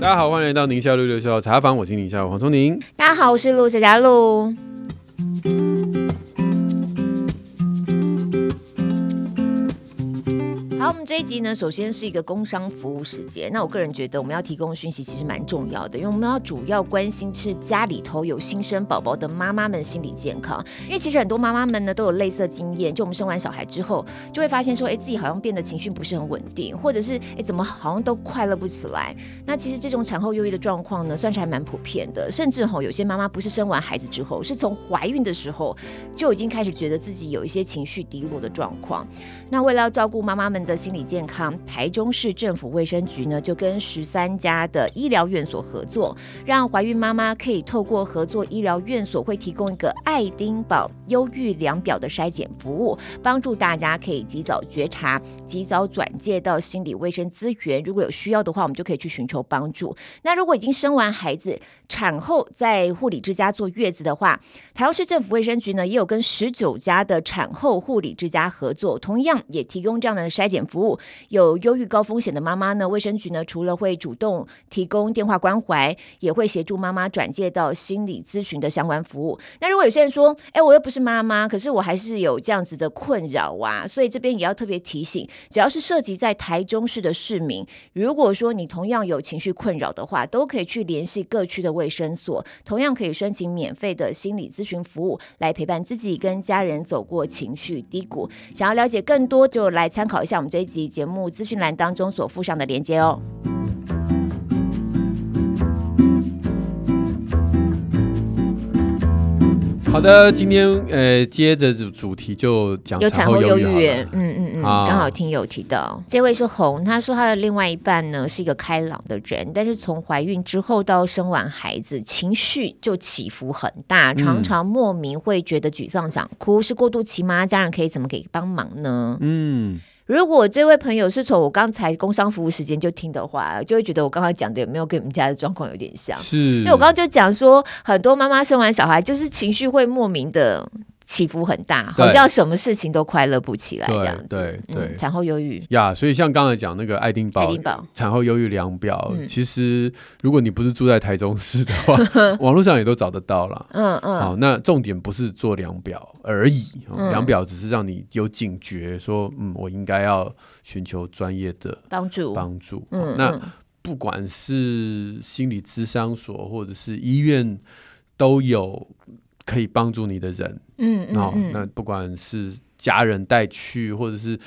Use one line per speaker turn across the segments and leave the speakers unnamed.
大家好，欢迎来到宁夏路六校茶坊，我是宁夏路黄聪宁。
大家好，我是陆小佳露。好，我们这一集呢，首先是一个工商服务时间。那我个人觉得，我们要提供的讯息其实蛮重要的，因为我们要主要关心是家里头有新生宝宝的妈妈们心理健康。因为其实很多妈妈们呢都有类似的经验，就我们生完小孩之后，就会发现说，哎，自己好像变得情绪不是很稳定，或者是哎怎么好像都快乐不起来。那其实这种产后忧郁的状况呢，算是还蛮普遍的，甚至吼有些妈妈不是生完孩子之后，是从怀孕的时候就已经开始觉得自己有一些情绪低落的状况。那为了要照顾妈妈们的心理健康，台中市政府卫生局呢就跟十三家的医疗院所合作，让怀孕妈妈可以透过合作医疗院所会提供一个爱丁堡忧郁量表的筛检服务，帮助大家可以及早觉察、及早转介到心理卫生资源。如果有需要的话，我们就可以去寻求帮助。那如果已经生完孩子，产后在护理之家坐月子的话，台湾市政府卫生局呢也有跟十九家的产后护理之家合作，同样也提供这样的筛检服务。有忧郁高风险的妈妈呢，卫生局呢除了会主动提供电话关怀，也会协助妈妈转介到心理咨询的相关服务。那如果有些人说，哎，我又不是妈妈，可是我还是有这样子的困扰啊，所以这边也要特别提醒，只要是涉及在台中市的市民，如果说你同样有情绪困扰的话，都可以去联系各区的卫生所，同样可以申请免费的心理咨询服务，来陪伴自己跟家人走过情绪低谷。想要了解更多，就来参考一下我们这一集节目资讯栏当中所附上的链接哦。
好的，今天呃接着主主题就讲
有产后忧
忧
郁，
好
嗯
了啊
嗯嗯，
好
刚好听友提到，这位是红，他说他的另外一半呢是一个开朗的人，但是从怀孕之后到生完孩子，情绪就起伏很大，
嗯
常常莫名会觉得沮丧想哭，是过渡期吗？家人可以怎么给帮忙呢？
嗯，
如果这位朋友是从我刚才工商服务时间就听的话，就会觉得我刚才讲的有没有跟你们家的状况有点像？
是，
嗯因为我刚刚就讲说，很多妈妈生完小孩就是情绪会莫名的起伏很大，
对
好像什么事情都快乐不起来这样子。
对对对
嗯，产后忧郁，
呀所以像刚才讲那个爱丁
爱
堡
丁堡，
产后忧郁量表，
嗯
其实如果你不是住在台中市的 话，网络上也都找得到啦。
嗯
好，
嗯，
那重点不是做量表而已，哦
嗯
量表只是让你有警觉，说嗯，我应该要寻求专业的
帮助，
帮助。
嗯
哦，那不管是心理咨商所或者是医院，都有可以帮助你的人。
嗯嗯
哦，
嗯
那不管是家人带去，或者是，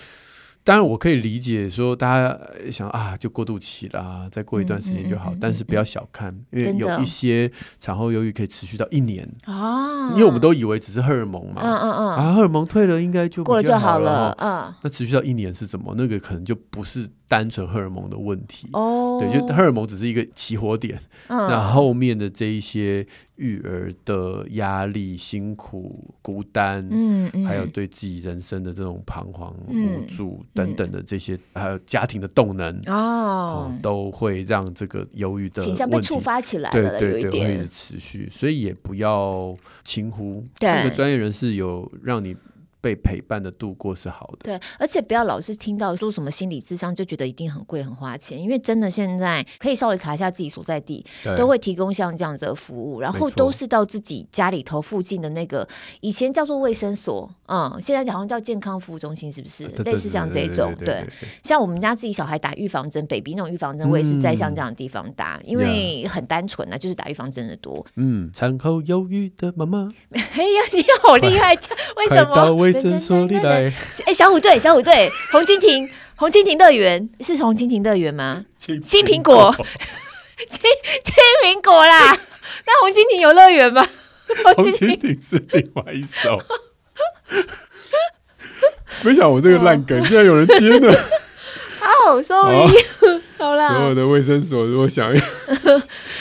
当然我可以理解说大家呃想啊，就过渡期啦，再过一段时间就好，
嗯嗯嗯嗯
但是不要小看，因为
真的
有一些产后忧郁可以持续到一年，
嗯，啊
因为我们，都以为只是荷尔蒙嘛，
嗯嗯嗯，
啊，荷尔蒙退了应该就
过了
比较
就
好
好了
哦，
嗯，
那持续到一年是怎么？那个可能就不是单纯荷尔蒙的问题。
哦，
对，就荷尔蒙只是一个起火点，那
嗯，
后面的这一些育儿的压力、辛苦、孤单，
嗯嗯，
还有对自己人生的这种彷徨、
嗯
无助等等的这些，还有家庭的动能，
哦
哦，，都会让这个忧郁的
倾向被
问
触
题，
发起来
对
了，有
对
一
对，会一直
点，
持续，所以也不要轻忽。
对
这个专业人士有让你被陪伴的度过是好的，
对，而且不要老是听到说什么心理智商就觉得一定很贵很花钱，因为真的现在可以稍微查一下自己所在地，
对
都会提供像这样子的服务，然
没
后
错
都是到自己家里头附近的那个以前叫做卫生所，嗯，现在好像叫健康服务中心，是不是？
啊对对
类似像这种，
对对，
像我们家自己小孩打预防针，baby 那种预防针，我也是在像这
嗯
样的地方打，因为很单纯啊，就是打预防针的多。
嗯，产后忧郁的妈妈，
哎呀，你好厉害，为
快
什么？
到卫生所里来，
哎、小虎队，小虎队，红蜻蜓，红蜻蜓乐园是红蜻蜓乐园吗？新苹果，青苹果啦，那红蜻蜓游乐园吗？
红蜻蜓是另外一首。没想到我这个烂梗竟然有人接呢！
哦、s o r r y 好
所有
啦，
的卫生所如果想要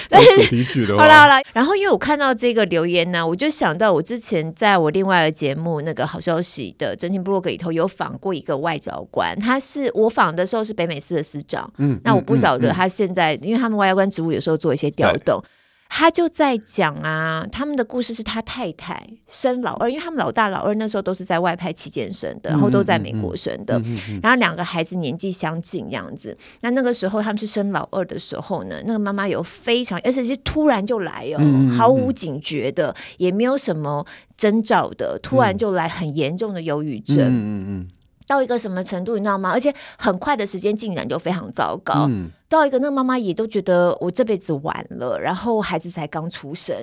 但
做主题曲的
好啦，好
话，
啦。然后因为我看到这个留言呢、我就想到我之前在我另外的节目那个好消息的真情部落格里头有访过一个外交官，他是我访的时候是北美司的司长，
嗯
那我不晓得
嗯嗯
他现在，因为他们外交官职务有时候做一些调动。他就在讲啊，他们的故事是他太太生老二，因为他们老大老二那时候都是在外派期间生的，然后都在美国生的，
嗯嗯嗯
然后两个孩子年纪相近这样子。那那个时候他们是生老二的时候呢，那个妈妈有非常，而且是突然就来哦，
嗯嗯嗯
毫无警觉的，也没有什么征兆的，突然就来很严重的忧郁症。
嗯嗯嗯
到一个什么程度，你知道吗？而且很快的时间进展就非常糟糕，
嗯
到一个那妈妈也都觉得我这辈子完了，然后孩子才刚出生，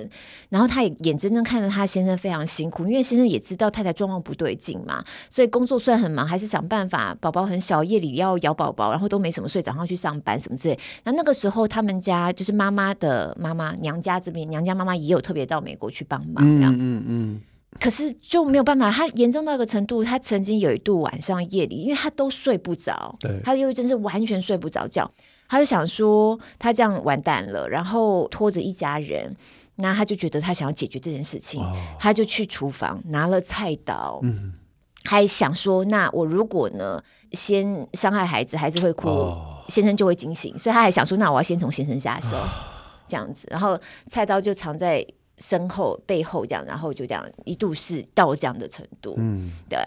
然后她也眼睁睁看着她先生非常辛苦，因为先生也知道太太状况不对劲嘛，所以工作虽然很忙，还是想办法，宝宝很小，夜里要摇宝宝，然后都没什么睡，早上去上班什么之类。那那个时候他们家就是妈妈的妈妈娘家这边，娘家妈妈也有特别到美国去帮忙，这
嗯
样。
嗯嗯
可是就没有办法，他严重到一个程度，他曾经有一度晚上夜里，因为他都睡不着
对，
他又真是完全睡不着觉，他就想说他这样完蛋了，然后拖着一家人，那他就觉得他想要解决这件事情，
哦
他就去厨房拿了菜刀，
嗯
还想说那我如果呢先伤害孩子，孩子会哭，
哦
先生就会惊醒，所以他还想说，那我要先从先生下手，
啊
这样子，然后菜刀就藏在身后背后这样，然后就这样一度是到这样的程度。
嗯
对，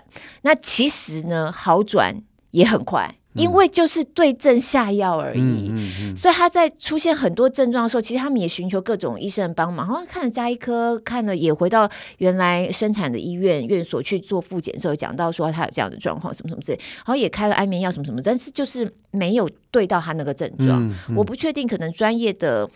那其实呢，好转也很快，因为就是对症下药而已。
嗯
所以他在出现很多症状的时候，其实他们也寻求各种医生帮忙，然后看了加医科，看了也回到原来生产的医院院所去做复检的时候，讲到说他有这样的状况，什么什么之类，然后也开了安眠药什么什么，但是就是没有对到他那个症
嗯
状。我不确定，可能专业的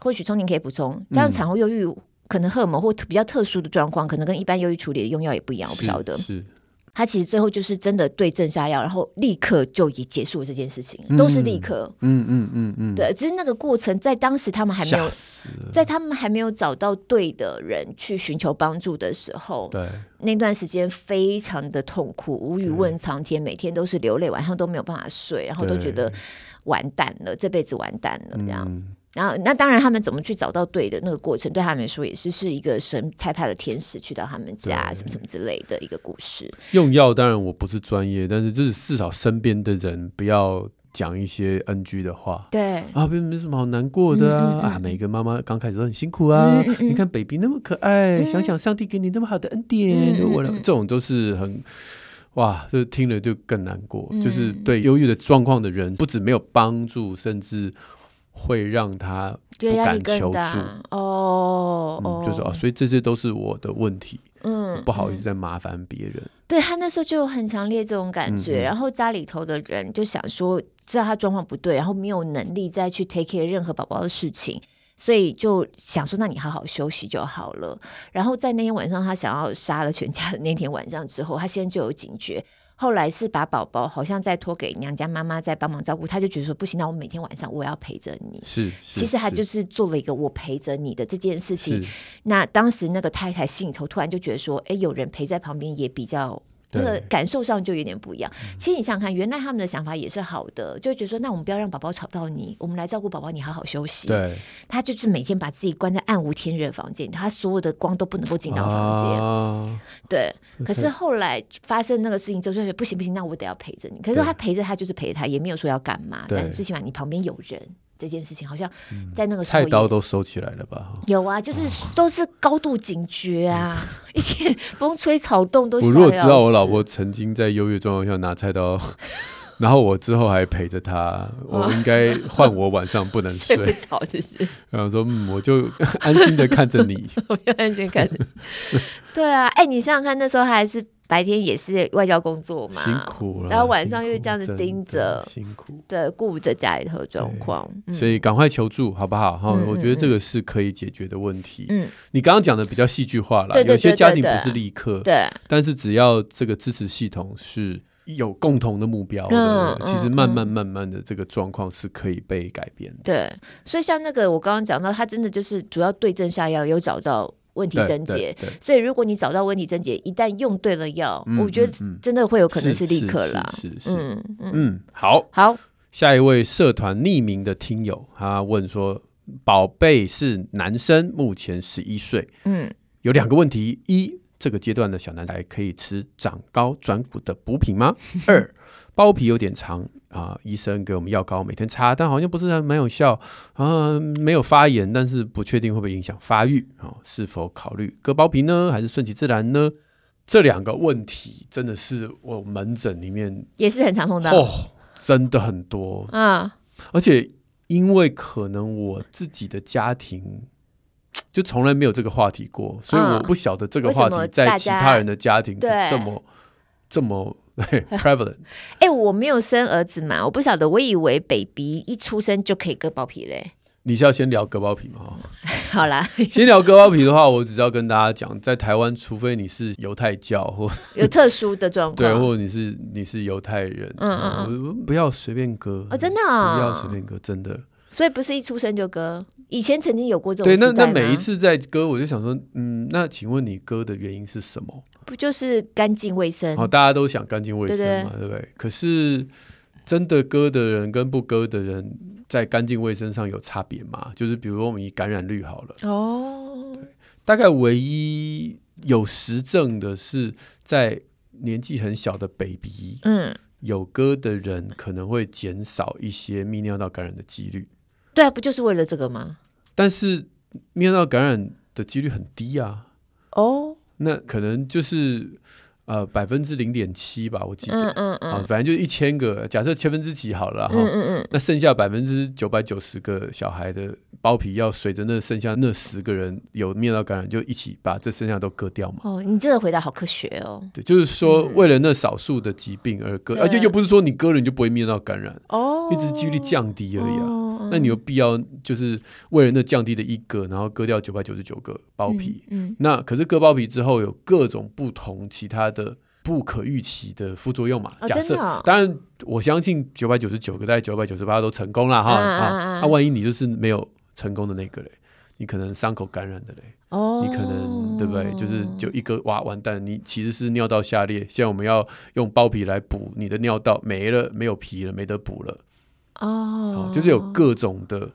或许聪宁可以补充，
嗯
加上产后忧郁。可能荷尔蒙或比较特殊的状况，可能跟一般忧郁处理的用药也不一样，我不晓得。
是
他其实最后就是真的对症下药，然后立刻就也结束了这件事情，都是立刻。
嗯嗯嗯嗯，
对，只是那个过程在当时他们还没有
吓，死了，
在他们还没有找到对的人去寻求帮助的时候，
对，
那段时间非常的痛苦，无语问苍天，每天都是流泪，晚上都没有办法睡，然后都觉得完蛋了，这辈子完蛋了这样。
嗯
然后那当然他们怎么去找到对的那个过程，对他们来说也是是一个神差派的天使去到他们家，
对
什么什么之类的一个故事。
用药当然我不是专业，但是就是至少身边的人不要讲一些 NG 的话。
对，
啊，没没什么好难过的啊！
嗯嗯嗯嗯
啊，每个妈妈刚开始都很辛苦啊。
嗯嗯嗯
你看 baby 那么可爱，
嗯
想想上帝给你那么好的恩典，
嗯嗯
我的
嗯
这种都是很哇，这听了就更难过。
嗯
就是对忧郁的状况的人，不止没有帮助，甚至会让他
对
不
压力
敢求
更
助
大哦哦
嗯，，就是啊，所以这些都是我的问题，
嗯
不好意
嗯
思再麻烦别人。
对他那时候就有很强烈这种感觉，
嗯嗯
然后家里头的人就想说，知道他状况不对，然后没有能力再去 take care 任何宝宝的事情，所以就想说，那你好好休息就好了。然后在那天晚上，他想要杀了全家的那天晚上之后，他现在就有警觉。后来是把宝宝好像再托给娘家妈妈在帮忙照顾，他就觉得说不行，那我每天晚上我要陪着你。
是，
其实他就是是做了一个我陪着你的这件事情
是，
那当时那个太太心里头突然就觉得说，哎，有人陪在旁边也比较。那
对嗯
个感受上就有点不一样。其实你想想看，原来他们的想法也是好的，就觉得说，那我们不要让宝宝吵到你，我们来照顾宝宝，你好好休息。
对
他就是每天把自己关在暗无天日的房间，他所有的光都不能够进到房间。
啊，
对，可是后来发生那个事情之后，就觉得不行不行，那我得要陪着你。可是
对
他陪着他就是陪着他，也没有说要干嘛，
对嗯
但是最起码你旁边有人这件事情，好像在那个时候
菜
也
刀都收起来了吧？
有啊，就是都是高度警觉啊，一点风吹草动都
嗯
吓
我
得
如果知道
要
我老
死
婆曾经在忧郁状况下拿菜刀， 然后我之后还陪着她，
哦
我应该换我晚上 不能
睡不
睡，
着，就是
然后说嗯，我就安心的看着你，
我没有安全感。对啊，哎、你想想看，那时候他还是白天也是外交工作嘛，
辛苦了。
然后晚
辛
上又
苦
这样子
真
盯
的
着
辛苦。
对，顾着家里头的状况，嗯
所以赶快求助，好不好？哈、
嗯嗯
我觉得这个是可以解决的问题。
嗯，
你刚刚讲的比较戏剧化啦，
对对
有些
对
家
对
庭不
对
是立刻，
对，
但是只要这个支持系统是有共同的目标的，
嗯
其实慢慢
嗯
慢慢的这个状况是可以被改变的。
对，所以像那个我刚刚讲到，他真的就是主要对症下药，有找到问题
对
症结
对。对
所以如果你找到问题症结，一旦用对了药，
嗯
我觉得
嗯嗯
真的会有可能
是
立
是
刻
是
啦。
是是
嗯嗯，
嗯，好，
好，
下一位社团匿名的听友，他问说：“宝贝是男生，目前十一岁，
嗯
有两个问题：一，这个阶段的小男孩可以吃长高转骨的补品吗？二，包皮有点长啊、医生给我们药膏每天擦，但好像不是很蛮有效啊，没有发炎，但是不确定会不会影响发育啊，是否考虑割包皮呢，还是顺其自然呢？这两个问题真的是我门诊里面
也是很常碰到。
哦，真的很多，
嗯，
而且因为可能我自己的家庭就从来没有这个话题过，所以我不晓得这个话
嗯为什么
题
大
在
家
其他人的家庭是
对
这么这么 嘿 prevalent。
哎、我没有生儿子嘛，我不晓得，我以为 baby 一出生就可以割包皮嘞。
你是要先聊割包皮吗？哦
好啦，
先聊割包皮的话，我只是要跟大家讲，在台湾，除非你是犹太教或
有特殊的状
对，
况。
或者你是你是犹太人，
嗯嗯
嗯，不要随便割
哦，真的、
不要随
哦，
便割，真的。
所以不是一出生就割。以前曾经有过这种
对，那
时代
那
吗
每一次在割，我就想说，嗯，那请问你割的原因是什么？
不就是干净卫生？
好，哦大家都想干净卫
对
生嘛，对不对？可是真的割的人跟不割的人，在干净卫生上有差别吗？就是比如说我们以感染率好了，
哦，
大概唯一有实证的是，在年纪很小的 baby
嗯，
有割的人，可能会减少一些泌尿道感染的几率，
对啊，不就是为了这个吗？
但是泌尿道感染的几率很低啊。
哦，
那可能就是呃百分之零点七吧，我记得
嗯、嗯
啊，
嗯，
反正就一千个，假设千分之几好了哈。
嗯嗯嗯，
那剩下百分之九百九十个小孩的包皮，要随着那剩下那十个人有泌尿道感染，就一起把这剩下都割掉嘛。
哦，你这个回答好科学哦。
对，就是说
嗯
为了那少数的疾病而割，
对
而且又不是说你割了你就不会泌尿道感染，
哦，
一直几率降低而已啊。
哦
那你有必要就是为了那降低的一个，然后割掉九百九十九个包皮？，
嗯
那可是割包皮之后有各种不同其他的不可预期的副作用嘛？
哦
假
真
设、
的哦
当然，我相信九百九十九个大概九百九十八都成功了哈
啊啊啊
啊！那、万一你就是没有成功的那个嘞，你可能伤口感染的嘞，
嗯哦，
你可能对不对？就是就一个哇完蛋，你其实是尿道下裂，现在我们要用包皮来补你的尿道没了，没有皮了，没得补了，
哦
啊，就是有各种的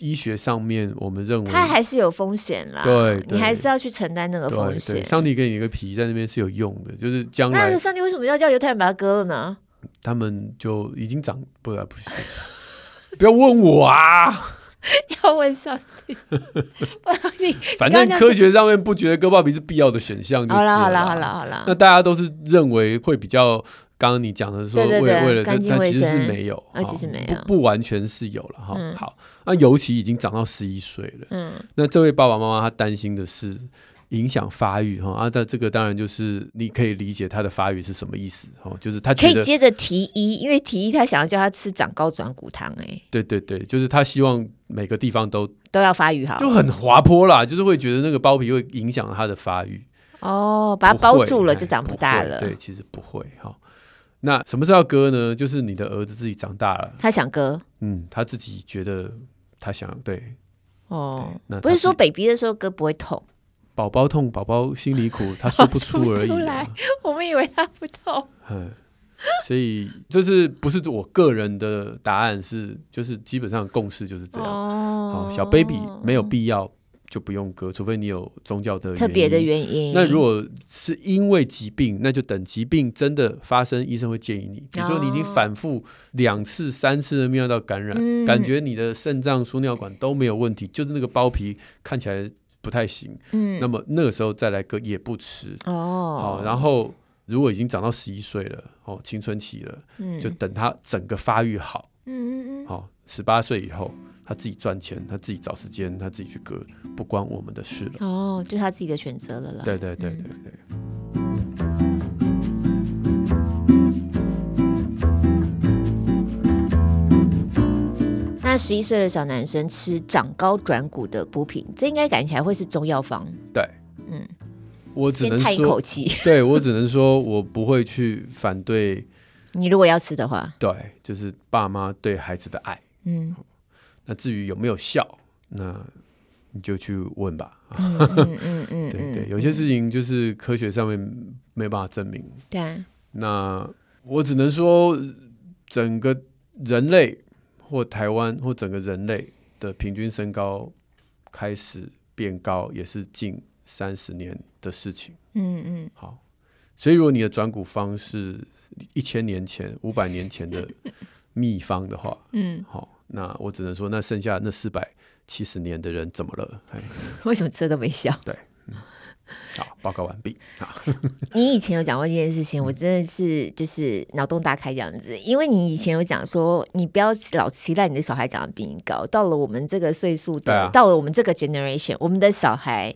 医学上面我们认为
它还是有风险啦，
对对
你还是要去承担那个
对
风
对，
险。
上帝给你一个皮在那边是有用的，就是将
那
来
上帝为什么要叫犹太人把它割了呢？
他们就已经长不不是，不要问我啊！
要问上帝， 不然你
反
刚刚
正
这样
科学上面不觉得割包皮是必要的选项，就是
好啦好啦
啦
好啦。好啦
那，大家都是认为会比较，刚刚你讲的说
对对
为
对
为了这，
干净
但
卫
其实是
生
没有，
啊
哈
其实没
不
有
不完全是有了哈。
嗯
好，那尤其已经长到十一岁了，
嗯
那这位爸爸妈妈他担心的是影响发育哈啊，但这个当然就是你可以理解他的发育是什么意思哈，就是他
可
觉
以
得
接着提一，因为提一他想要叫他吃长高转骨汤，哎，
对对对，就是他希望每个地方都
都要发育好
就很滑坡啦，就是会觉得那个包皮会影响它的发育，
哦，把它
不会
包住了
哎
就长
不
不大
会
了。
对，其实不会哈、那什么时候要割呢？就是你的儿子自己长大了，
他想割
嗯，他自己觉得他想对
哦
那，
不
他
是
是
说 baby 的时候割不会痛，
宝宝痛，宝宝心里苦，他说不出而
说不出
已、
来
啊。
我们以为他不痛。
嗯，所以这是不是我个人的答案是，就是基本上共识就是这样。
哦
好，小 baby 没有必要就不用割，除非你有宗教的
特别的
因。
原因。
那如果是因为疾病，那就等疾病真的发生，医生会建议你。比如说你已经反复两次、三次的泌尿道感染，
嗯
感觉你的肾脏、输尿管都没有问题，就是那个包皮看起来不太行，
嗯
那么那个时候再来割也不迟。
哦
好、，然后如果已经长到十一岁了，哦，青春期了，
嗯
就等他整个发育好，
嗯嗯嗯，
好、1十八岁以后。他自己赚钱，他自己找时间，他自己去割，不关我们的事了。
哦，就他自己的选择了啦。
对对对
嗯
对对。
那十一岁的小男生吃长高转骨的补品，这应该感觉还会是中药方。
对，
嗯，
我只
先
能
叹一
说
口，气。
对我只能说，我不会去反对，
你如果要吃的话，
对，就是爸妈对孩子的爱。
嗯，
那至于有没有效，那你就去问吧。啊
嗯嗯嗯 嗯，
对
嗯
对，有些事情就是科学上面没办法证明。
对啊，
那我只能说，整个人类或台湾或整个人类的平均身高开始变高，也是近三十年的事情。
嗯嗯，
好，所以如果你的转骨方是一千年前、五百年前的秘方的话，
嗯，
好、那我只能说，那剩下那四百七十年的人怎么了？哎，
为什么这都没笑？
好，报告完毕。啊，
你以前有讲过这件事
嗯
情，我真的是就是脑洞大开这样子，因为你以前有讲说，你不要老期待你的小孩长得比你高，到了我们这个岁数的，
对啊
到了我们这个 generation，我们的小孩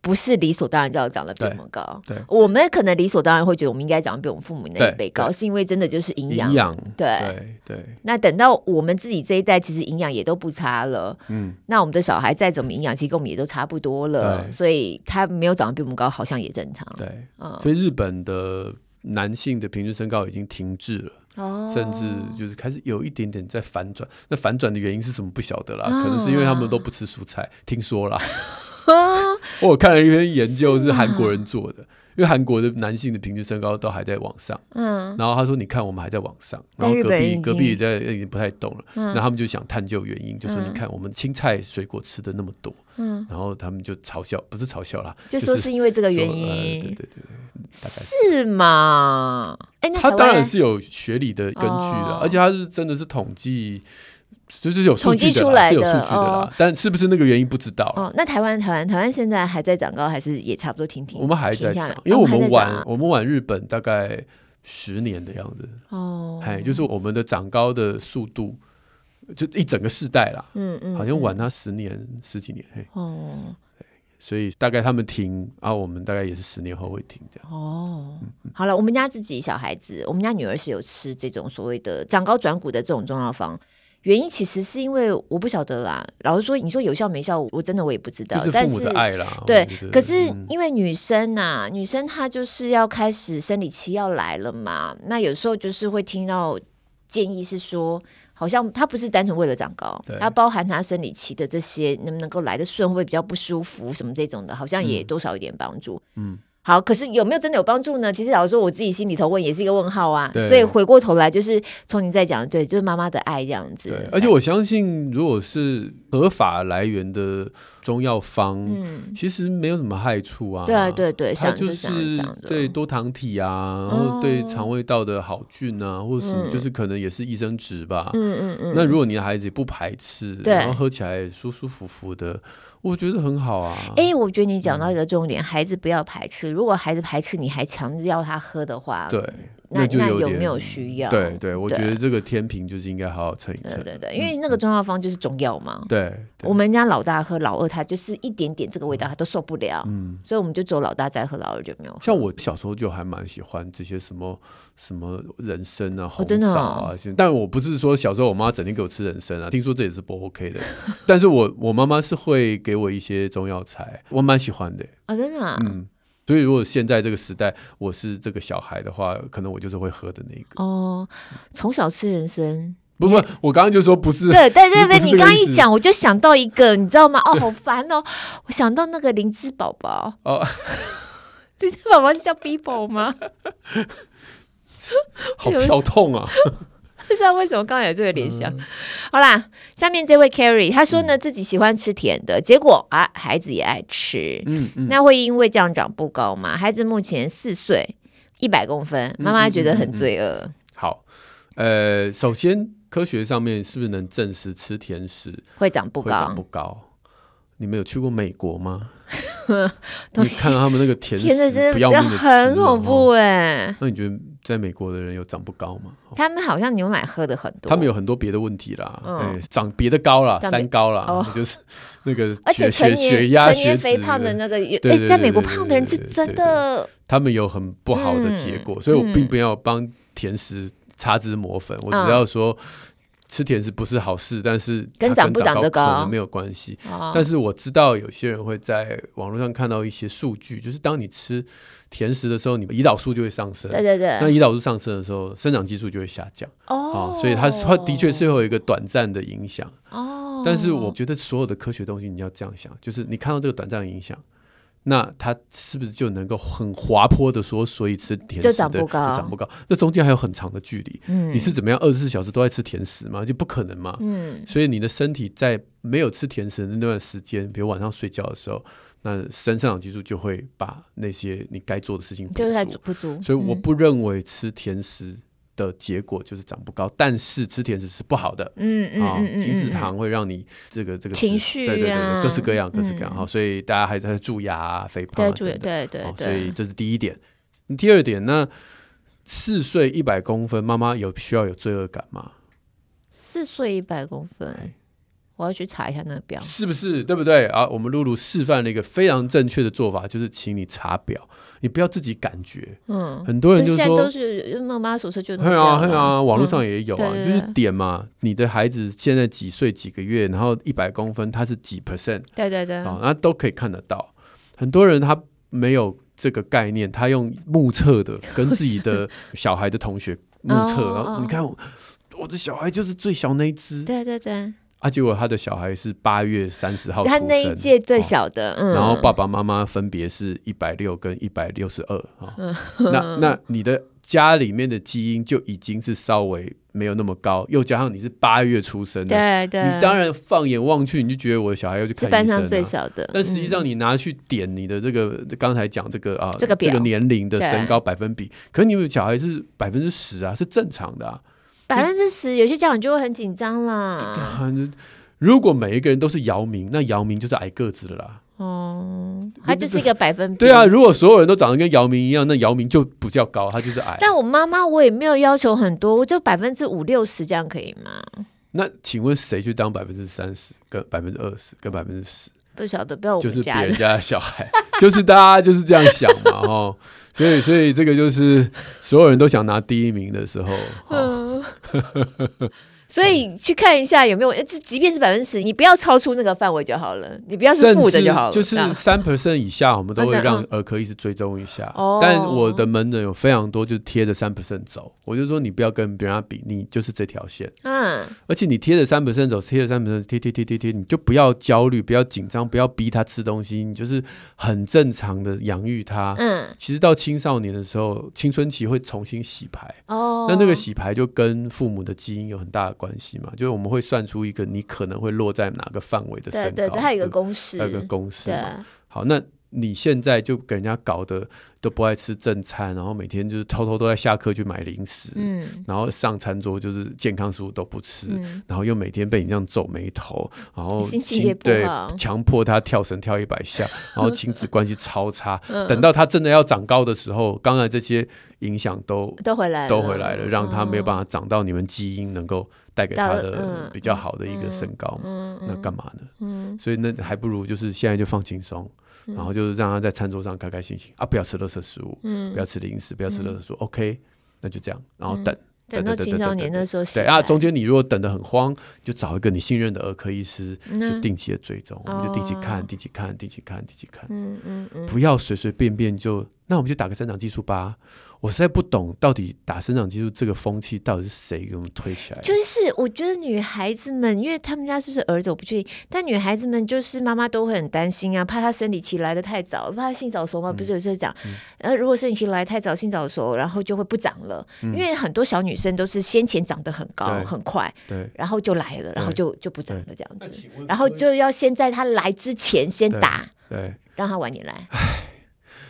不是理所当然就要长得比我
对
们高，
对
我们可能理所当然会觉得我们应该长得比我们父母那一
对
辈高，
对
是因为真的就是营养。
营养，
对
对对，
那等到我们自己这一代，其实营养也都不差了。
嗯，
那我们的小孩再怎么营养，其实跟我们也都差不多了，
对
所以他没有长得比我们高，好像也正常。
对。
嗯，
所以日本的男性的平均身高已经停滞了，
哦
甚至就是开始有一点点在反转。那反转的原因是什么不晓得啦，
啊
可能是因为他们都不吃蔬菜，听说 啦。我有看了一篇研究是韩国人做的，因为韩国的男性的平均身高都还在往上。
嗯。
然后他说：“你看，我们还在往上，然
但
后
日
隔
本人已
壁
经
隔壁也在已经不太动了。
嗯
那他们就想探究原因，就说：
嗯
你看，我们青菜水果吃的那么多，
嗯，
然后他们就嘲笑，不是嘲笑啦，
就说
是
是因为这
这
个原
对对
因，
对对，大概
是吗？哎，那
他
台湾
当然
人
是有学理的根据的，
哦
而且他是真的是统计，就是有数
统计
据的啦，
出来
是有
的
数据的啦。
哦
但是不是那个原因不知道啦、
哦，那台湾台湾台湾现在还在长高，还是也差不多停停？
我们还在
停下
涨
来，
因为
哦
我
还
们
在
晚、
涨啊
我们晚日本大概十年的样子，
哦，
哎、就是我们的长高的速度，就一整个世代啦，
嗯嗯，
好像
嗯
晚他十年十几年，嘿，
哦
所以大概他们停啊，我们大概也是十年后会停这样。
哦，
嗯
好了，我们家自己小孩子，我们家女儿是有吃这种所谓的长高转骨的这种中药方。原因其实是因为我不晓得啦，老实说，你说有效没效，我真的我也不知道。
就是
啊但
父母的爱啦，我
对
觉得，
可是
嗯
因为女生呐、女生她就是要开始生理期要来了嘛，那有时候就是会听到建议是说，好像她不是单纯为了长高
对，
她包含她生理期的这些能不能够来的顺，会不会比较不舒服什么这种的，好像也多少有点帮助。
嗯
好，可是有没有真的有帮助呢？其实老实说，我自己心里头问也是一个问号啊。
对
所以回过头来，就是从您在讲的，对，就是妈妈的爱这样子
对。，而且我相信，如果是合法来源的中药方，
嗯，
其实没有什么害处啊。
对啊，对对，
它
想
就
这样
是
想的，
对多糖体啊，然后对肠胃道的好菌啊，或者什么，
嗯
就是可能也是益生值吧。
嗯嗯嗯。
那如果你的孩子也不排斥，
对
然后喝起来舒舒服服的，我觉得很好啊。嗯
哎、我觉得你讲到一个重点，孩子不要排斥。如果孩子排斥，你还强制要他喝的话，
对，
那
那就有
有
点
没有需要？
对对，我觉
对
得这个天平就是应该好好称一
对
称。
对对，因为那个中药方就是中药嘛。
对，嗯对
我们家老大喝老二，他就是一点点这个味道他都受不了，
嗯。
所以我们就走老大再喝，老二就没有喝。
像我小时候就还蛮喜欢这些什么什么人参啊、红
真
枣
的哦
啊，现但我不是说小时候我妈整天给我吃人参啊，听说这也是不 OK 的。但是我我妈妈是会给我一些中药材，我蛮喜欢的。
啊、真的、啊，
嗯，所以如果现在这个时代我是这个小孩的话，可能我就是会喝的那个。
哦，从小吃 人参，
不不，我刚刚就说不是，
对，但是
不是
你
这个
刚刚
意
一
思
讲，我就想到一个，你知道吗？ 哦，好烦哦，我想到那个灵芝宝宝，
哦，
灵芝宝宝是叫 Bibo 吗？
好跳痛 啊！
不知道为什么刚才有这个联想。
嗯
好啦，下面这位 Carrie 他说呢，自己喜欢吃甜的，结果啊，孩子也爱吃，
嗯嗯，
那会因为这样长不高吗？孩子目前四岁，一百公
嗯
分，妈妈觉得很罪恶。
好，呃，首先科学上面是不是能证实吃甜食
会长不
会长
高
不，高。你们有去过美国吗？
东
你
西
看他们那个甜食
甜的真
不
的
要
真的
命的吃
很恐怖
哦
哎、
那你觉得在美国的人有长不高吗？哦
他们好像牛奶喝的很多，
他们有很多别的问题啦，
嗯
哎，长别的高啦，
长别
三高啦，
哦
就是那个
而
血
且
血
成
血
年
压、
成
血
年
脂
肥胖的那个，
对
哎
对，
在
对
美国
对对
胖的人是
对
真
对
的
他们有很不好的结果，所以我并
嗯
不要帮甜食擦脂抹粉，我
嗯
只要说吃甜食不是好事，但是
跟
它
长不长得
高可
高
能没有关系。
哦
但是我知道有些人会在网络上看到一些数据，就是当你吃甜食的时候，你胰岛素就会上升。
对对
那
对，
胰岛素上升的时候，生长激素就会下降啊、
哦
所以它是它的确是会有一个短暂的影响。
哦，
但是我觉得所有的科学东西，你要这样想，就是你看到这个短暂的影响，那它是不是就能够很滑坡的说，所以吃甜食的
就长不高
就长不高？那中间还有很长的距离。
嗯
你是怎么样二十四小时都在吃甜食吗？就不可能嘛。
嗯
所以你的身体在没有吃甜食的那段时间，比如晚上睡觉的时候，那升生长激素就会把那些你该做的事情补
就是它
足。
不足，
所以我
嗯
不认为吃甜食的结果就是长不高，但是吃甜食是不好的。
嗯嗯
啊
嗯，嗯，
精
嗯
致
嗯
糖会让你这个这个
情
脂
绪
对对对对，
啊
各式各样各式各样
嗯
哈，所以大家还是还是蛀牙、啊、肥胖啊
对
等
主
等。
对对
哦，所以
对，
这是第一点。第二点，那四岁一百公分，妈妈有需要有罪恶感吗？
四岁一百公分
哎，
我要去查一下那个表。
是不是？对不对啊？我们露露示范了一个非常正确的做法，就是请你查表，你不要自己感觉。
嗯，
很多人
但是
就
现在
说
都，是妈妈手册就那个
对
表
啊
嘛
对啊，网络
嗯
上也有啊，
对
就
对
是点嘛，你的孩子现在几岁几个月，然后一百公分，他是几 percent
对对对，
啊，那都可以看得到。很多人他没有这个概念，他用目测的跟自己 的小孩的同学目测，
哦
然后你看我我的小孩就是最小那一只，
对对对，
啊，结果他的小孩是八月三十号出
他
生，
那一届最
哦
小的，嗯，
然后爸爸妈妈分别是一百六跟一百六十二啊。那那你的家里面的基因就已经是稍微没有那么高，又加上你是八月出生的，
对对，
你当然放眼望去，你就觉得我的小孩要去
是
看
班
医生、
上
啊。
最小的，
但实际
嗯
上，你拿去点你的这个刚才讲这个啊，
这个表
年龄的
对
身高百分比，可是你们小孩是百分之十啊，是正常的啊。
百分之十，有些家长就会很紧张啦。
啊就如果每一个人都是姚明，那姚明就是矮个子了啦。
哦，他就是一个百分比。
对啊，。如果所有人都长得跟姚明一样，那姚明就不叫高，他就是矮。
但我妈妈，我也没有要求很多，我就百分之五六十这样可以吗？
那请问谁去当百分之三十、跟百分之二十、跟百分之十？
不晓得，不要我
就是
们
别
家
人
人。
家的小孩， 就是大家就是这样想嘛，哦。所以，所以这个就是所有人都想拿第一名的时候，哦、
嗯， 所以去看一下有没有，呃这即便是百分之十，你不要超出那个范围就好了，你不要是
甚
负
至
的就好了。
就是
这样
三 percent 以下，我们都会
啊这样
让儿科医师追踪一下。
哦
但我的门诊有非常多就是贴着三 percent 走，我就说你不要跟别人家比，你就是这条线。
嗯，
而且你贴着三 percent 走，贴着三 percent 贴贴贴贴贴，你就不要焦虑，不要紧张，不要逼他吃东西，你就是很正常的养育他。
嗯
其实到青少年的时候，青春期会重新洗牌，
哦，
那那个洗牌就跟父母的基因有很大的关系嘛，就是我们会算出一个你可能会落在哪个范围的身高，
对对对，它有一个
对不
公式，
对它有一个公式
对，
嘛。好，那你现在就给人家搞得都不爱吃正餐，然后每天就是偷偷都在下课去买零食，
嗯
然后上餐桌就是健康食物都不吃，
嗯，
然后又每天被你这样皱眉头，然后
心情
亲
也不
对
好
强迫他跳绳跳一百下，然后亲子关系超差。
嗯
等到他真的要长高的时候，刚才这些影响都
都回来
都回来了，让他没有办
法。
法长到你们基因能够带给他
到
的
嗯
比较好的一个身高嘛。
嗯，
那干
嘛？
嘛呢？
嗯
所以那还不如就是现在就放轻松，
嗯
然后就是让他在餐桌上开开心心啊，不要吃垃圾食物，
嗯，
不要吃零食，不要吃垃圾食物、o k 那就这样，然后
嗯
等。
等到青少年那时候醒
对
来，
啊，中间你如果等得很慌，就找一个你信任的儿科医师，就
嗯
定期的追踪，我们就定期
哦
看、定期看、定期看、定期看，
嗯嗯嗯，
不要随随便便就，那我们就打个生长激素吧。我实在不懂到底打生长激素这个风气到底是谁给我们推起来的。
就是我觉得女孩子们，因为他们家是不是儿子我不确定，但女孩子们就是妈妈都会很担心啊，怕她生理期来的太早，怕她性早熟嘛，不是
嗯
有时候讲，呃，如果生理期来太早，性早熟，然后就会不长了，因为很多小女生都是先前长得很高
嗯对
很快，
对，
然后就来了，然后
对
就就不长了这样子，
问
然后就要先在她来之前先
对
打，
对，
让她晚点来，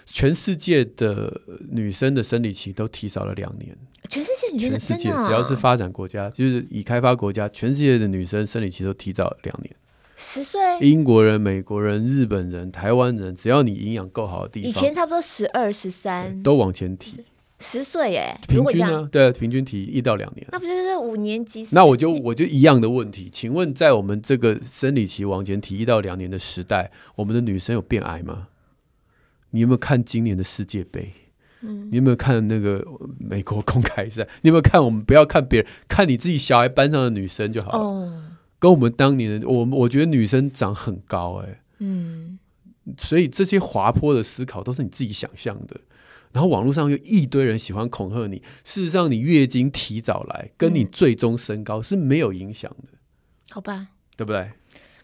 全世界的女生的生理期都提早了两年，
全世界女生
全世
真
界
的啊
只要是发展国家，就是已开发国家，全世界的女生生理期都提早两年。
十岁
英国人、美国人、日本人、台湾人，只要你营养够好的地方，
以前差不多十二、十三、
都往前提，
十岁耶，如
平
果这
均
样，
啊，对啊，平均提一到两年。
那不就是五年级？
那我就我就一样的问题，请问在我们这个生理期往前提一到两年的时代，我们的女生有变矮吗？你有没有看今年的世界杯？嗯，你有没有看那个呃美国公开赛？ 你有没有看？我们不要看别人，看你自己小孩班上的女生就好了。
哦，
跟我们当年的我，我觉得女生长很高哎、
嗯，
所以这些滑坡的思考都是你自己想象的。然后网络上又一堆人喜欢恐吓你，事实上你月经提早来，跟
嗯
你最终身高是没有影响的，
好吧，
对不对？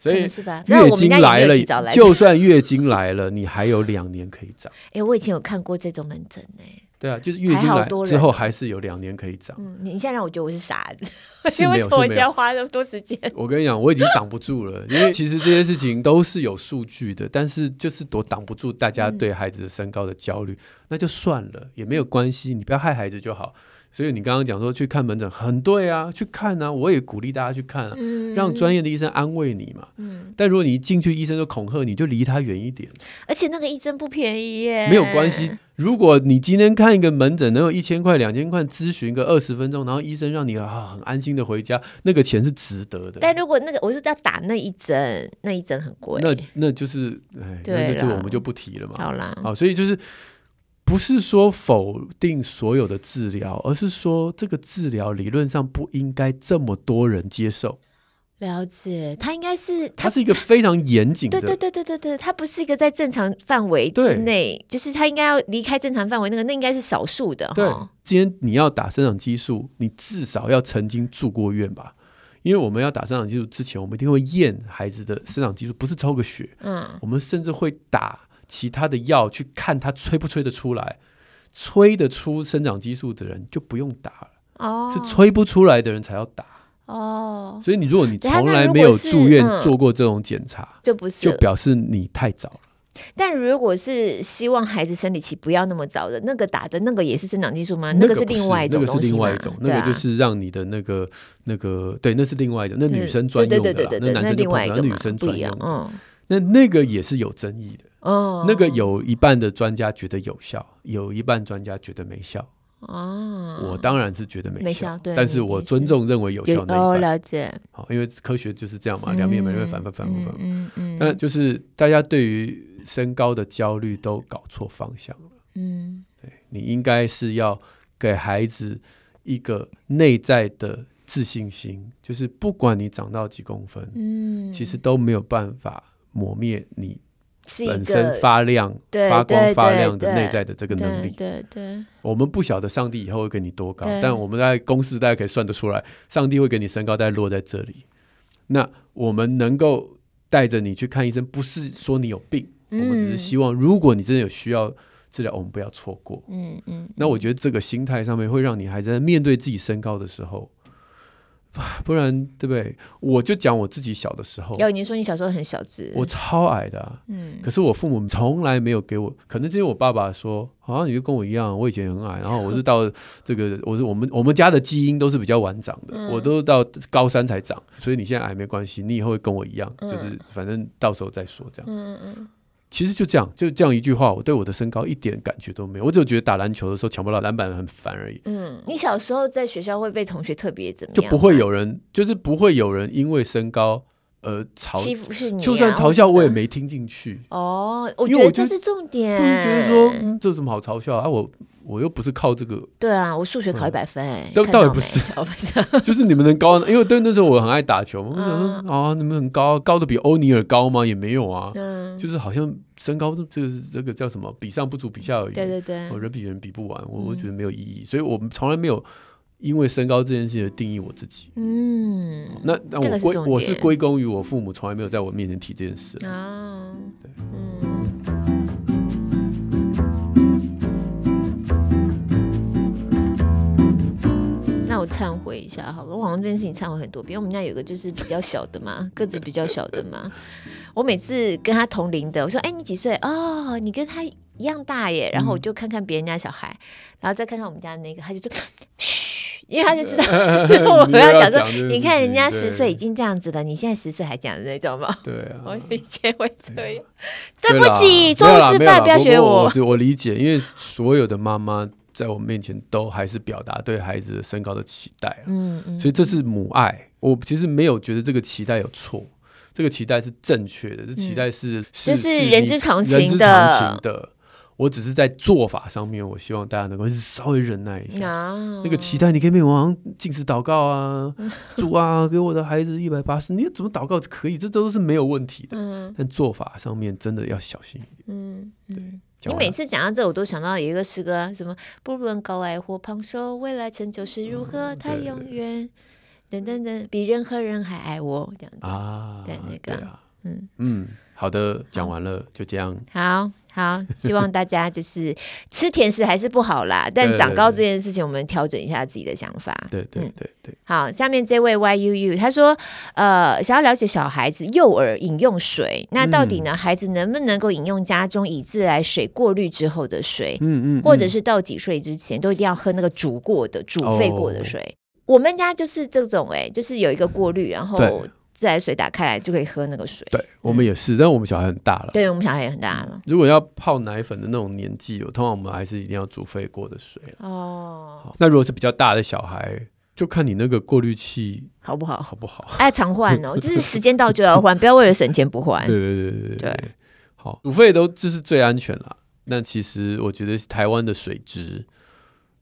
所
可能
以
是吧。那
月
我们
经
家也没
来
有
了
提早来，
就算月经来了，你还有两年可以长。
哎，我以前有看过这种门诊哎，
对啊，就是月
还
经
好
来
多
之
人
后还是有两年可以长，
嗯，你现在让我觉得我是傻子，
是没
为
有
什
是
么我
没有
现在。花那么多时间？
我跟你讲，我已经挡不住了，因为其实这些事情都是有数据的，但是就是躲挡不住大家对孩子的身高的焦虑，那就算了，也没有关系，你不要害孩子就好。所以你刚刚讲说去看门诊很对啊，去看啊，我也鼓励大家去看啊，
嗯，
让专业的医生安慰你嘛。
嗯，
但如果你一进去，医生就恐吓你，就离他远一点，
而且那个一针不便宜耶，
没有关系。如果你今天看一个门诊能有一千块、两千块，咨询个二十分钟，然后医生让你啊很安心的回家，那个钱是值得的。
但如果那个我是要打那一针，那一针很贵。
那那就是，哎，那
对
就就
啦
我们就不提了嘛。
好啦，
好，所以就是不是说否定所有的治疗，而是说这个治疗理论上不应该这么多人接受，
了解。他应该是
它
他，
是一个非常严谨的。
对对对对对对，他不是一个在正常范围之
对内
内，就是他应该要离开正常范围，那个那应该是少数的
对
哈。
今天你要打生长激素，你至少要曾经住过院吧。因为我们要打生长激素之前，我们一定会验孩子的生长激素，不是抽个血，
嗯，
我们甚至会打其他的药去看它吹不吹得出来，吹得出生长激素的人就不用打了，
哦，
是吹不出来的人才要打。
哦，
所以你如果你
等一下
从
那
来
如
没
果
有
是
住院
嗯
做过这种检查，
就不是
就表示你太早了。
但如果是希望孩子生理期不要那么早的，那个打的啊那个也是生长激素吗？
个
是
不
另外一种
那个
东
是
西
另
嘛
外一种，那
对啊
个就是让你的那个那个对，那是另外一种，那女
嗯
生专
对
用的
对对
啦
对，对
那
对，
男生就
另
不
外一
能，
个
那女
嘛
生
不
专
一
用
样，
的。
嗯，
那那个也是有争议的，
哦，
那个有一半的专家觉得有效，有一半专家觉得没效。
哦，
我当然是觉得没效，
没效对
但
你
是
一定
我
是
尊重认为有效
有
那
哦
一半，
了解，
好、因为科学就是这样嘛，两面嘛，就会反反反复反复。
嗯嗯
那
嗯
就是大家对于身高的焦虑都搞错方向了，
嗯，
你应该是要给孩子一个内在的自信心，就是不管你长到几公分，
嗯
其实都没有办法磨灭你
是一
本
个
身发亮、
对
发光
对
发
对
亮的内
对
在的这个能力。
对对对，
我们不晓得上帝以后会给你多高，
对
但我们大概公式大概可以算得出来，上帝会给你身高大概落在这里。那我们能够带着你去看医生，不是说你有病，我们只是
嗯
希望，如果你真的有需要治疗，我们不要错过。
嗯嗯，
那我觉得这个心态上面会让你还在面对自己身高的时候，啊不然对不对？我就讲我自己小的时候，
要你说你小时候很小只，
我超矮的、啊，
嗯
可是我父母从来没有给我，可能是因为我爸爸说，好、像你就跟我一样，我以前很矮，然后我是到这个，我是我们我们家的基因都是比较晚长的，
嗯
我都到高三才长，所以你现在矮没关系，你以后会跟我一样，
嗯
就是反正到时候再说这样。
嗯嗯
其实就这样，就这样一句话，我对我的身高一点感觉都没有，我只有觉得打篮球的时候抢不到篮板很烦而已，
嗯，你小时候在学校会被同学特别怎么
就
样吗？
不会有人，就是不会有人因为身高而嘲，
欺负是你啊，
就算嘲
或
笑
什
我也
么
没听进去。
哦，我
因
觉
为我
得
就
这是重点，
就是觉得说，嗯，这有什么好嘲笑啊？啊我我又不是靠这个，
对啊，我数学考
嗯
一百分、哎，
倒
看
倒也
到
不
没
是，
哦不 是，
就是你们能高到哪，因为对那时候我很爱打球嘛，我就想
嗯
说啊，你们很高，高的比欧尼尔高吗？也没有啊，
嗯，
就是好像身高这个这个叫什么，比上不足，比下有余。
对对对，
哦人比人比不完，我我
嗯
觉得没有意义，所以我们从来没有因为身高这件事情而定义我自己。
嗯，
那那
这
我
个是
归
重
我是
点
归功于我父母从来没有在我面前提这件事。
啊，
对
嗯，那我忏悔一下好了，我好像这件事情忏悔很多遍。我们家有一个就是比较小的嘛，个子比较小的 嘛，我每次跟他同龄的，我说：“哎、你几岁？哦，你跟他一样大耶。”然后我
嗯
就看看别人家小孩，然后再看看我们家那个，他就说：“嘘。”因为他就知道 我
你又
要
要
讲说
讲这，件
你看
事
人家
情
十
对
岁已经这样子了，你现在十岁还讲那种吗？
对啊，
我以前会这样。对
对
不
啦
起，
没
做
有
误
啦
示
没有啦
范，不要
不
学
过我
我。
就我理解，因为所有的妈妈在我面前都还是表达对孩子的身高的期待啊、
嗯嗯
所以这是母爱。我其实没有觉得这个期待有错，这个期待是正确的，这期待是、
嗯就是是人之常
情
情的
常情的。我只是在做法上面，我希望大家能够稍微忍耐一下。
啊
那个期待，你可以每晚上进食祷告啊，
嗯
主啊， 给我的孩子一百八十，你怎么祷告可以，这都是没有问题的。
嗯
但做法上面真的要小心一点。
嗯嗯，
讲
你
完
每
了
次讲到这，我都想到有一个诗歌啊，什么不论高矮或胖瘦，未来成就是如何，他
对
永远等等等，比任何人还爱我这样子。
啊，
对那个
啊，
嗯，
嗯，好的，讲完了，就这样。
好，好，希望大家就是吃甜食还是不好啦，但长高这件事情，我们调整一下自己的想法。
对对
嗯
对对，
好，下面这位 YUU 他说，呃，想要了解小孩子幼儿饮用水，那到
嗯
底呢，孩子能不能够饮用家中以自来水过滤之后的水，
嗯嗯，
或者
嗯
是到几岁之前都一定要喝那个煮过的、煮沸过的
哦
水？我们家就是这种、哎，就是有一个过滤，然后
对
自来水打开来就可以喝那个水。
对，我们也是，但我们小孩很大了。
对我们小孩也很大了。
如果要泡奶粉的那种年纪，我通常我们还是一定要煮沸过的水了。
哦，
那如果是比较大的小孩，就看你那个过滤器
好不好？
好不好。
哎，常换 哦，就是时间到就要换，不要为了省钱不换。
对对对对
哦对
好，煮沸都就是最安全啦。那其实我觉得台湾的水质，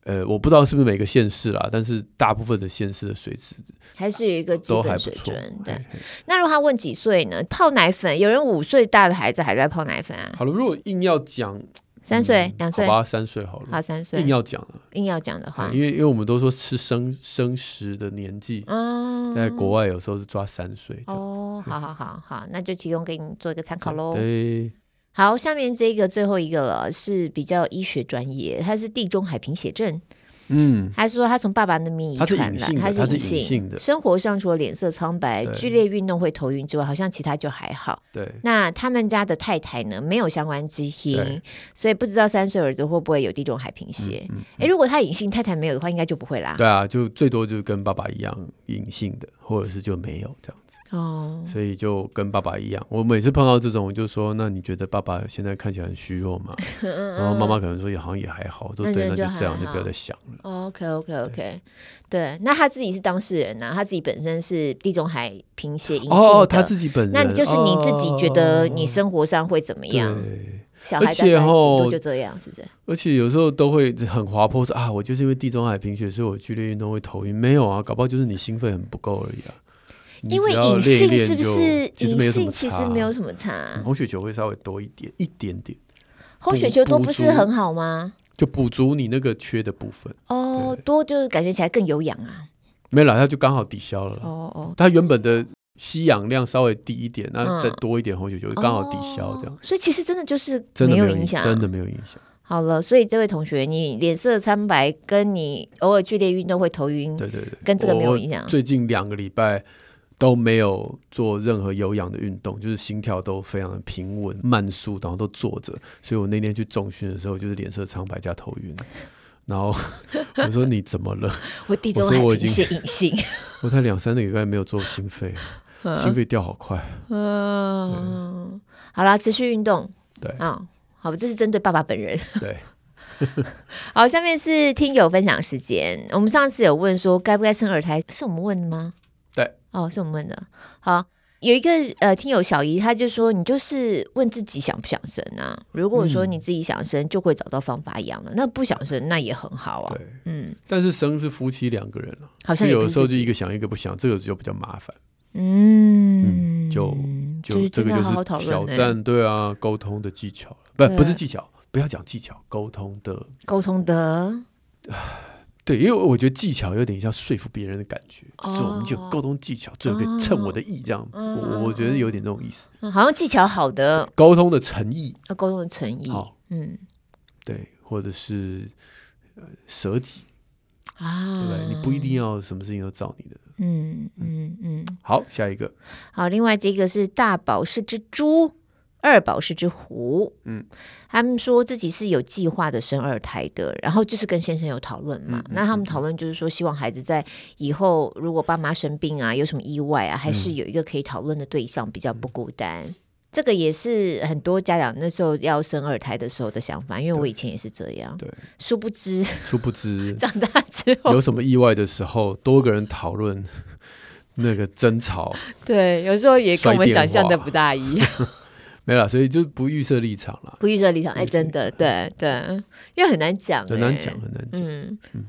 呃，我不知道是不是每个县市啦，但是大部分的县市的水质
还是有一个基
都还
本
不
水
错
准。。
嘿
对，
嘿
那如果他问几岁呢？泡奶粉，有人五岁大的孩子还在泡奶粉啊，
好了，如果硬要讲
三岁
嗯、
两岁
好，吧，三岁好了，
好三岁
硬，要嗯讲了，
硬要讲的话
嘿，因为因为我们都说吃生生食的年纪，
嗯，
在国外有时候是抓三岁的。
哦，好好好好，那就提供给你做一个参考喽。
对，
好，下面这个最后一个了，是比较医学专业，他是地中海贫血症，
嗯，
他说他从爸爸那边遗
它是
传
隐
了
性，的它是
隐
隐性的
生活上除了脸色苍白、
对
剧烈运动会头晕之外，好像其他就还好。
对，
那他们家的太太呢，没有相关基因
对，
所以不知道三岁儿子会不会有地中海贫血。
嗯，
诶，如果他隐性，太太没有的话，应该就不会啦。
对啊，就最多就跟爸爸一样隐性的，或者是就没有这样子，
哦，
所以就跟爸爸一样。我每次碰到这种，我就说，那你觉得爸爸现在看起来很虚弱 吗？然后妈妈可能说，也好像也还好，我说
嗯那
对，
就
那
就
就这样，
还
就不要
好
再想了。
OK OK OK，对，那他自己是当事人啊呐、他自己本身是地中海贫血隐性的，
哦，他自己本人，
那你就是你自己觉得你
是
生活上会怎么样？
对，
小
而
孩大概
且
顶多
吼
就这样，是不是？
而且有时候都会很滑坡说啊，我就是因为地中海贫血，所以我剧烈运动会头晕。没有啊，搞不好就是你心肺很不够而已啊。你
因为
只要
隐
练一
性
练
是不
就是其实
隐
没有什
性
么
其实
差
没有什么啊差
嗯，红血球会稍微多一点，一点点，
红血
补
球多
补
不是
足
很好吗？
就补足你那个缺的部分。
哦，
对
多就是感觉起来更有氧啊。
没了，它就刚好抵消了啦。
哦哦，
它原本的吸氧量稍微低一点，
嗯
那再多一点红血球就刚好抵消，这样
哦。所以其实真的就是
真的
哦有
没有
影
影
响，
真的。没有影响。
好了，所以这位同学，你脸色苍白，跟你偶尔剧烈运动会头晕，
对对对，
跟这个没有
我
影响
最近两个礼拜都没有做任何有氧的运动，就是心跳都非常的平稳、慢速，然后都坐着。所以我那天去重训的时候，就是脸色苍白加头晕。然后 我说你怎么了？
我地中
我说
海
我已
贫血
经
隐性。
我才两三个礼拜没有做心肺，啊心肺掉好快。
嗯，好啦，持续运动。
对
啊、好，这是针对爸爸本人。
对，
好，下面是听友分享时间。我们上次有问说该不该生二胎，是我们问的吗？
对，
哦，是我们问的。好，有一个呃听友小姨，她就说你就是问自己想不想生啊。如果说
嗯
你自己想生，就会找到方法养了。那不想生，那也很好啊
对。
嗯，
但是生是夫妻两个人了、
好
所
像
以
也不
有
是
时候
自
就
己
一个想一个不想，这个就比较麻烦。
嗯，
就
就
就是这
真
个
的要
就
好好讨
是挑
论、欸、
战，对啊，沟通的技巧了，
对啊
不不是技巧，不要讲技巧，沟通的
沟通的
对，因为我觉得技巧有点像说服别人的感觉，
哦
就是我们就有沟通技巧，最后可以趁我的意这样。
嗯
我我觉得有点这种意思，
嗯好像技巧好的
沟通的诚意，
要沟通的诚意，
好，
嗯
对，或者是呃舍己，
啊，
对不对？你不一定，要什么事情都照你的。
嗯嗯嗯，
好，下一个，
好。另外这个是大宝是只猪，二宝是只狐，
嗯，
他们说自己是有计划的生二胎的，然后就是跟先生有讨论嘛，
嗯嗯
那他们讨论就是说，希望孩子在以后如果爸妈生病啊，有什么意外啊，还
嗯
是有一个可以讨论的对象，比较不孤单。这个也是很多家长那时候要生二胎的时候的想法，因为我
对
以前也是这样。
对，
殊不知
殊不知
长大之后，
有什么意外的时候，多个人讨论那个争吵
对，有时候也跟我们
摔电
想象的
话
不大一样。
没了，所以就不预设立场了，
不预设立场，哎，
不预设
真的，对对，因为很难讲、
很
哎
难讲，。很难讲。
嗯，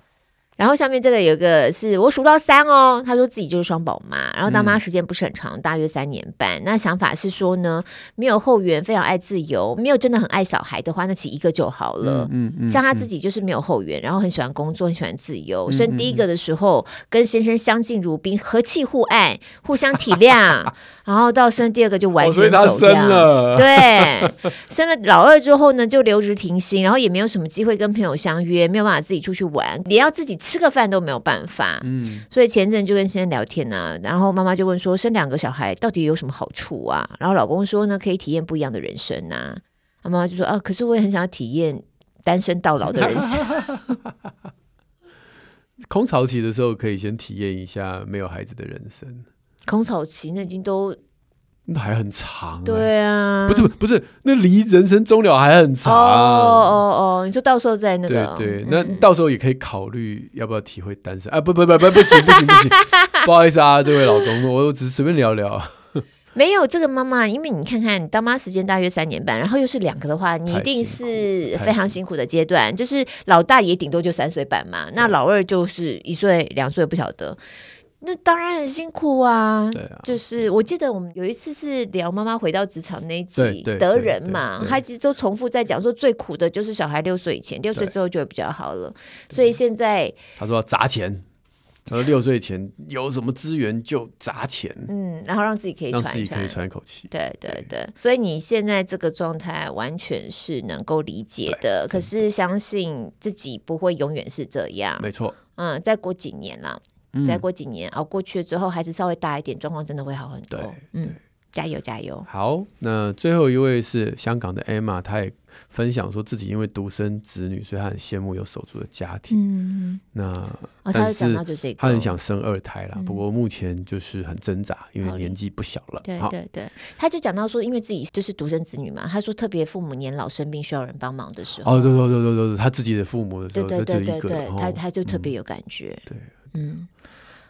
然后下面这个有一个是我数到三哦，他说自己就是双宝妈，然后当妈时间不是很长，大约三年半。那想法是说呢，没有后援，非常爱自由，没有真的很爱小孩的话，那其实一个就好了。
嗯嗯
像他自
己，
己就是没有后援，然后很喜欢工作，很喜欢自由。
嗯
生第一个的时候，跟先生相敬如宾，和气互爱，互相体 谅。然后到生第二个就完
哦，
全
所以他
走
生
样。
了，
对，生了老二之后呢，就留职停薪，然后也没有什么机会跟朋友相约，没有办法自己出去玩，连要自己吃个饭都没有办法。
嗯，
所以前阵就跟先生聊天呐、然后妈妈就问说，生两个小孩到底有什么好处啊？然后老公说呢，可以体验不一样的人生呐、啊。妈妈就说啊，可是我也很想要体验单身到老的 人生。
空巢期的时候可以先体验一下没有孩子的人生，
空巢期那已经都
那还很长、欸，，
对啊，
不是不是，那离人生终了还很
哦
长。
哦哦，你说到时候在那
对
个
对，
嗯
那到时候也可以考虑要不要体会单身啊？不不不不，不行不行不行，不好意思 啊，这位老公，我我只是随便聊聊。
没有这个妈妈，因为你看看，你当妈时间大约三年半，然后又是两个的话，你一定是非常辛苦的阶段。就是老大也顶多就三岁半嘛，那老二就是一岁两岁不晓得，那当然很辛苦啊。
对 啊，
就是我记得我们有一次是聊妈妈回到职场那一
对
集
对，
德
对
仁
对
嘛，
对
他一直都重复在讲说最苦的就是小孩六岁以前，六岁
对
之后就会比较好了。所以现在，
他说要砸钱，他说六岁前有什么资源就砸钱，
嗯，然后让自己可以
让
喘
自
一
己可
喘
以，喘一口气。
对对对，所以你现在这个状态完全是能够理解的，可是相信自己不会永远是这样。
没错，
嗯，再过几年啦，
嗯
再过几年熬过去了之后，孩子稍微大一点，状况真的会好很多
对。
嗯，加油加油！
好，那最后一位是香港的 Emma，她也分享说自己因为独生子女，所以她很羡慕有手足的家庭。
嗯，
那
哦，
但
他有讲
是
到就这个，
她很想生二胎啦，
嗯
不过目前就是很挣扎，因
好
为
嘞
年纪不小了。
对
好，
对对，他就讲到说，因为自己就是独生子女嘛，他说特别父母年老生病需要人帮忙的时候，
哦，对对对对对，她自己的父母的时
对
候，
对
就
对
只有一
对
个
对
了，
他
哦
他就特别有感觉。
对，
嗯，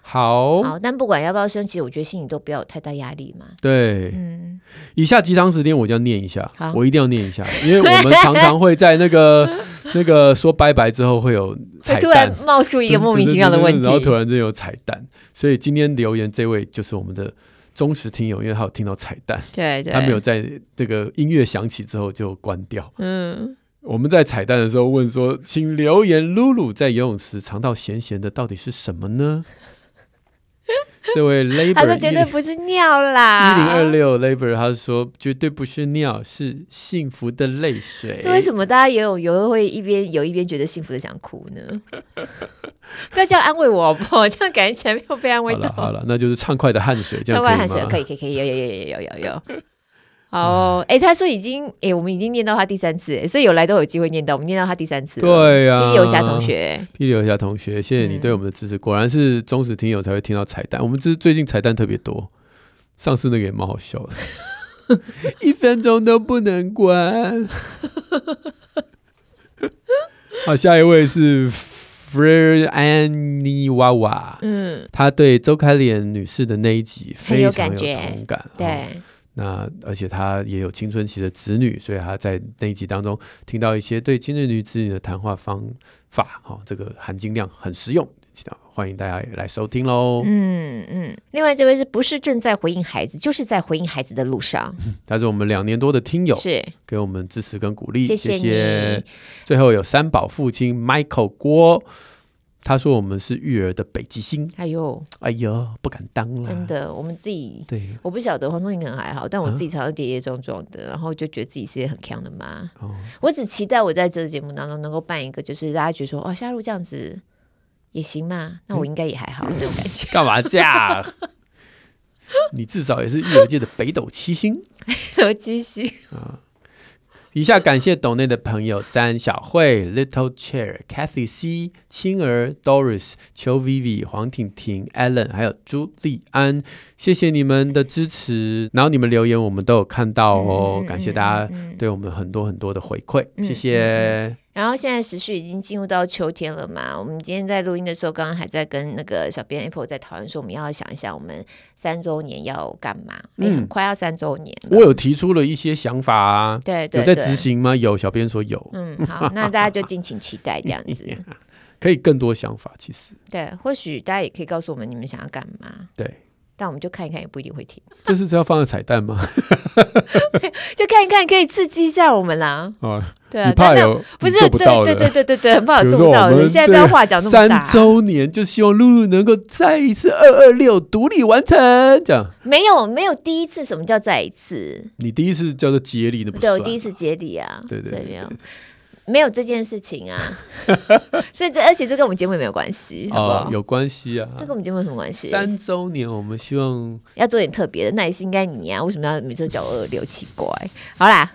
好，
好，但不管要不要生，其实我觉得心里都不要有太大压力嘛。
对，
嗯。
以下鸡汤时间我就要念一下
好，
我一定要念一下，因为我们常常会在那个那个说拜拜之后会有
就
彩
突然
蛋，
冒出一个莫名其妙的问
对对对对对然后突
题。
然间有彩蛋，所以今天留言这位就是我们的忠实听友，因为他有听到彩蛋，
对对，
他没有。在这个音乐响起之后就关掉。
嗯，
我们在彩蛋的时候问说，请留言露露在游泳池尝到咸咸的到底是什么 呢？这位 labor
他说绝对不是啊尿啦。
一零二。六 Labor，他说绝对不是尿，是幸福的泪水。
是为什么大家游泳游泳会一边游一边觉得幸福的想哭呢？不要这样安慰我好不好？这样感觉起来没有被安慰
好了好
到。
了，那就是畅快的汗水，这样可
窗
以
外
吗？
汗水可以可以可以有有有有有有有。好哦，哎，他说已经哎，我们已经念到他第三次，哎所以有来都有机会念到，我们念到他第三次了。
对呀、
霹雳游侠同，学，
霹雳游侠同学，谢谢你
嗯
对我们的支持，果然是忠实听友才会听到彩蛋。我们这最近彩蛋特别多，上次那个也蛮好笑的， 一分钟都不能关。 好，下一位是 Fred Annie 娃娃。
嗯，
他对周开莲女士的那一集
很
非
有
常有
感觉
同感。哦
对，
那而且他也有青春期的子女，所以他在那一集当中听到一些对青春期子女的谈话方法，哦，这个含金量很实用，欢迎大家也来收听喽。
嗯嗯。另外这位是不是正在回应孩子，就是在回应孩子的路上？
他是我们两年多的听友，
是，
给我们支持跟鼓励，
谢
谢
你。
最后有三宝父亲 Michael 郭，他说我们是育儿的北极星，
哎呦，
哎呦，不敢当了，
真，的，我们自己
对，
我不晓得黄宗颖可能还好，但我
啊
自己常常跌跌撞撞的，然后就觉得自己是一个很强的妈。
哦，
我只期待我在这个节目当中能够办一个，就是大家觉得说，哦，夏露这样子也行嘛，
嗯
那我应该也还好、这种感觉。
干嘛这样？ 你至少也是育儿界的北斗七星。
有积蓄，
以下感谢岛内的朋友：詹小慧、Little Chair、Cathy C、青儿、Doris、邱 Vivi、黄婷婷、Allen，还有朱利安。谢谢你们的支持，然后你们留言我们都有看到哦，
嗯
感谢大家。
嗯嗯
对我们很多很多的回馈，
嗯
谢谢。
然后现在时序已经进入到秋天了嘛，我们今天在录音的时候，刚刚还在跟那个小编 Apple 在讨论说，我们要想一下我们三周年要干嘛？
嗯
嗯，很快要三周年了，
我有提出了一些想法啊，
对对
有
对
在执行吗？有，小编说有。
嗯，好，那大家就敬请期待这样子。
可以更多想法。其实，
对，或许大家也可以告诉我们你们想要干嘛，
对，
但我们就看一看，也不一定会听，
这是要放在彩蛋吗？
就看一看，可以刺激一下我们啦。
啊，
对啊
你，
但
怕
那
有
不
你
是
做
对
不到的
对对对对对，很不好
比如
做
说
到
我
的。
们
你现在不要
这
话讲那么
三
大，
周年就希望露露能够再一次二二六独立完成。这样，
没有没有第一次，什么叫再一次？
你第一次叫做接力，那不
对
算。啊
我第一次接力啊，
对对
所以
对
没
对
有没有这件事情啊， 所以这而且这跟我们节目也没有关系，好不
啊
好？
有关系啊。
这跟我们节目有什么关系？
三周年，我们希望
要做点特别的，那也是应该你呀、为什么要每次都叫我二六？奇怪，好 啦。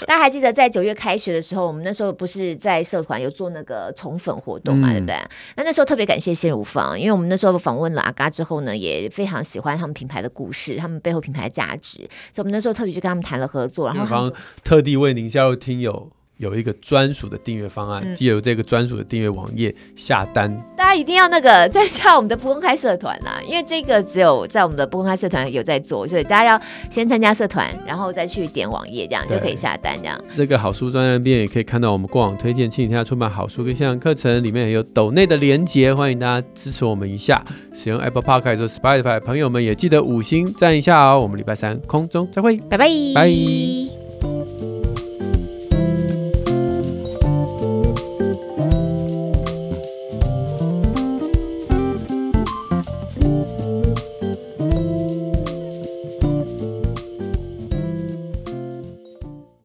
大家还记得在九月开学的时候，我们那时候不是在社团有做那个宠粉活动嘛，
嗯
对不对？那那时候特别感谢鲜乳坊，因为我们那时候访问了阿嘎之后呢，也非常喜欢他们品牌的故事，他们背后品牌的价值，所以我们那时候特别去跟他们谈了合作，然后
远
他们
方特地为您加入听友。有一个专属的订阅方
嗯
案，借由这个专属的订阅网页下单，
大家一定要那个再加我们的不公开社团啦，因为这个只有在我们的不公开社团有在做，所以大家要先参加社团，然后再去点网页，这样
对
就可以下单。这样
这个好书专栏边也可以看到我们过往推荐亲子天下出版好书跟线上课程，里面也有抖内的连结，欢迎大家支持我们一下。使用 Apple Podcast 或 Spotify 的朋友们也记得五星赞一下哦。我们礼拜三空中再会。
拜拜，
拜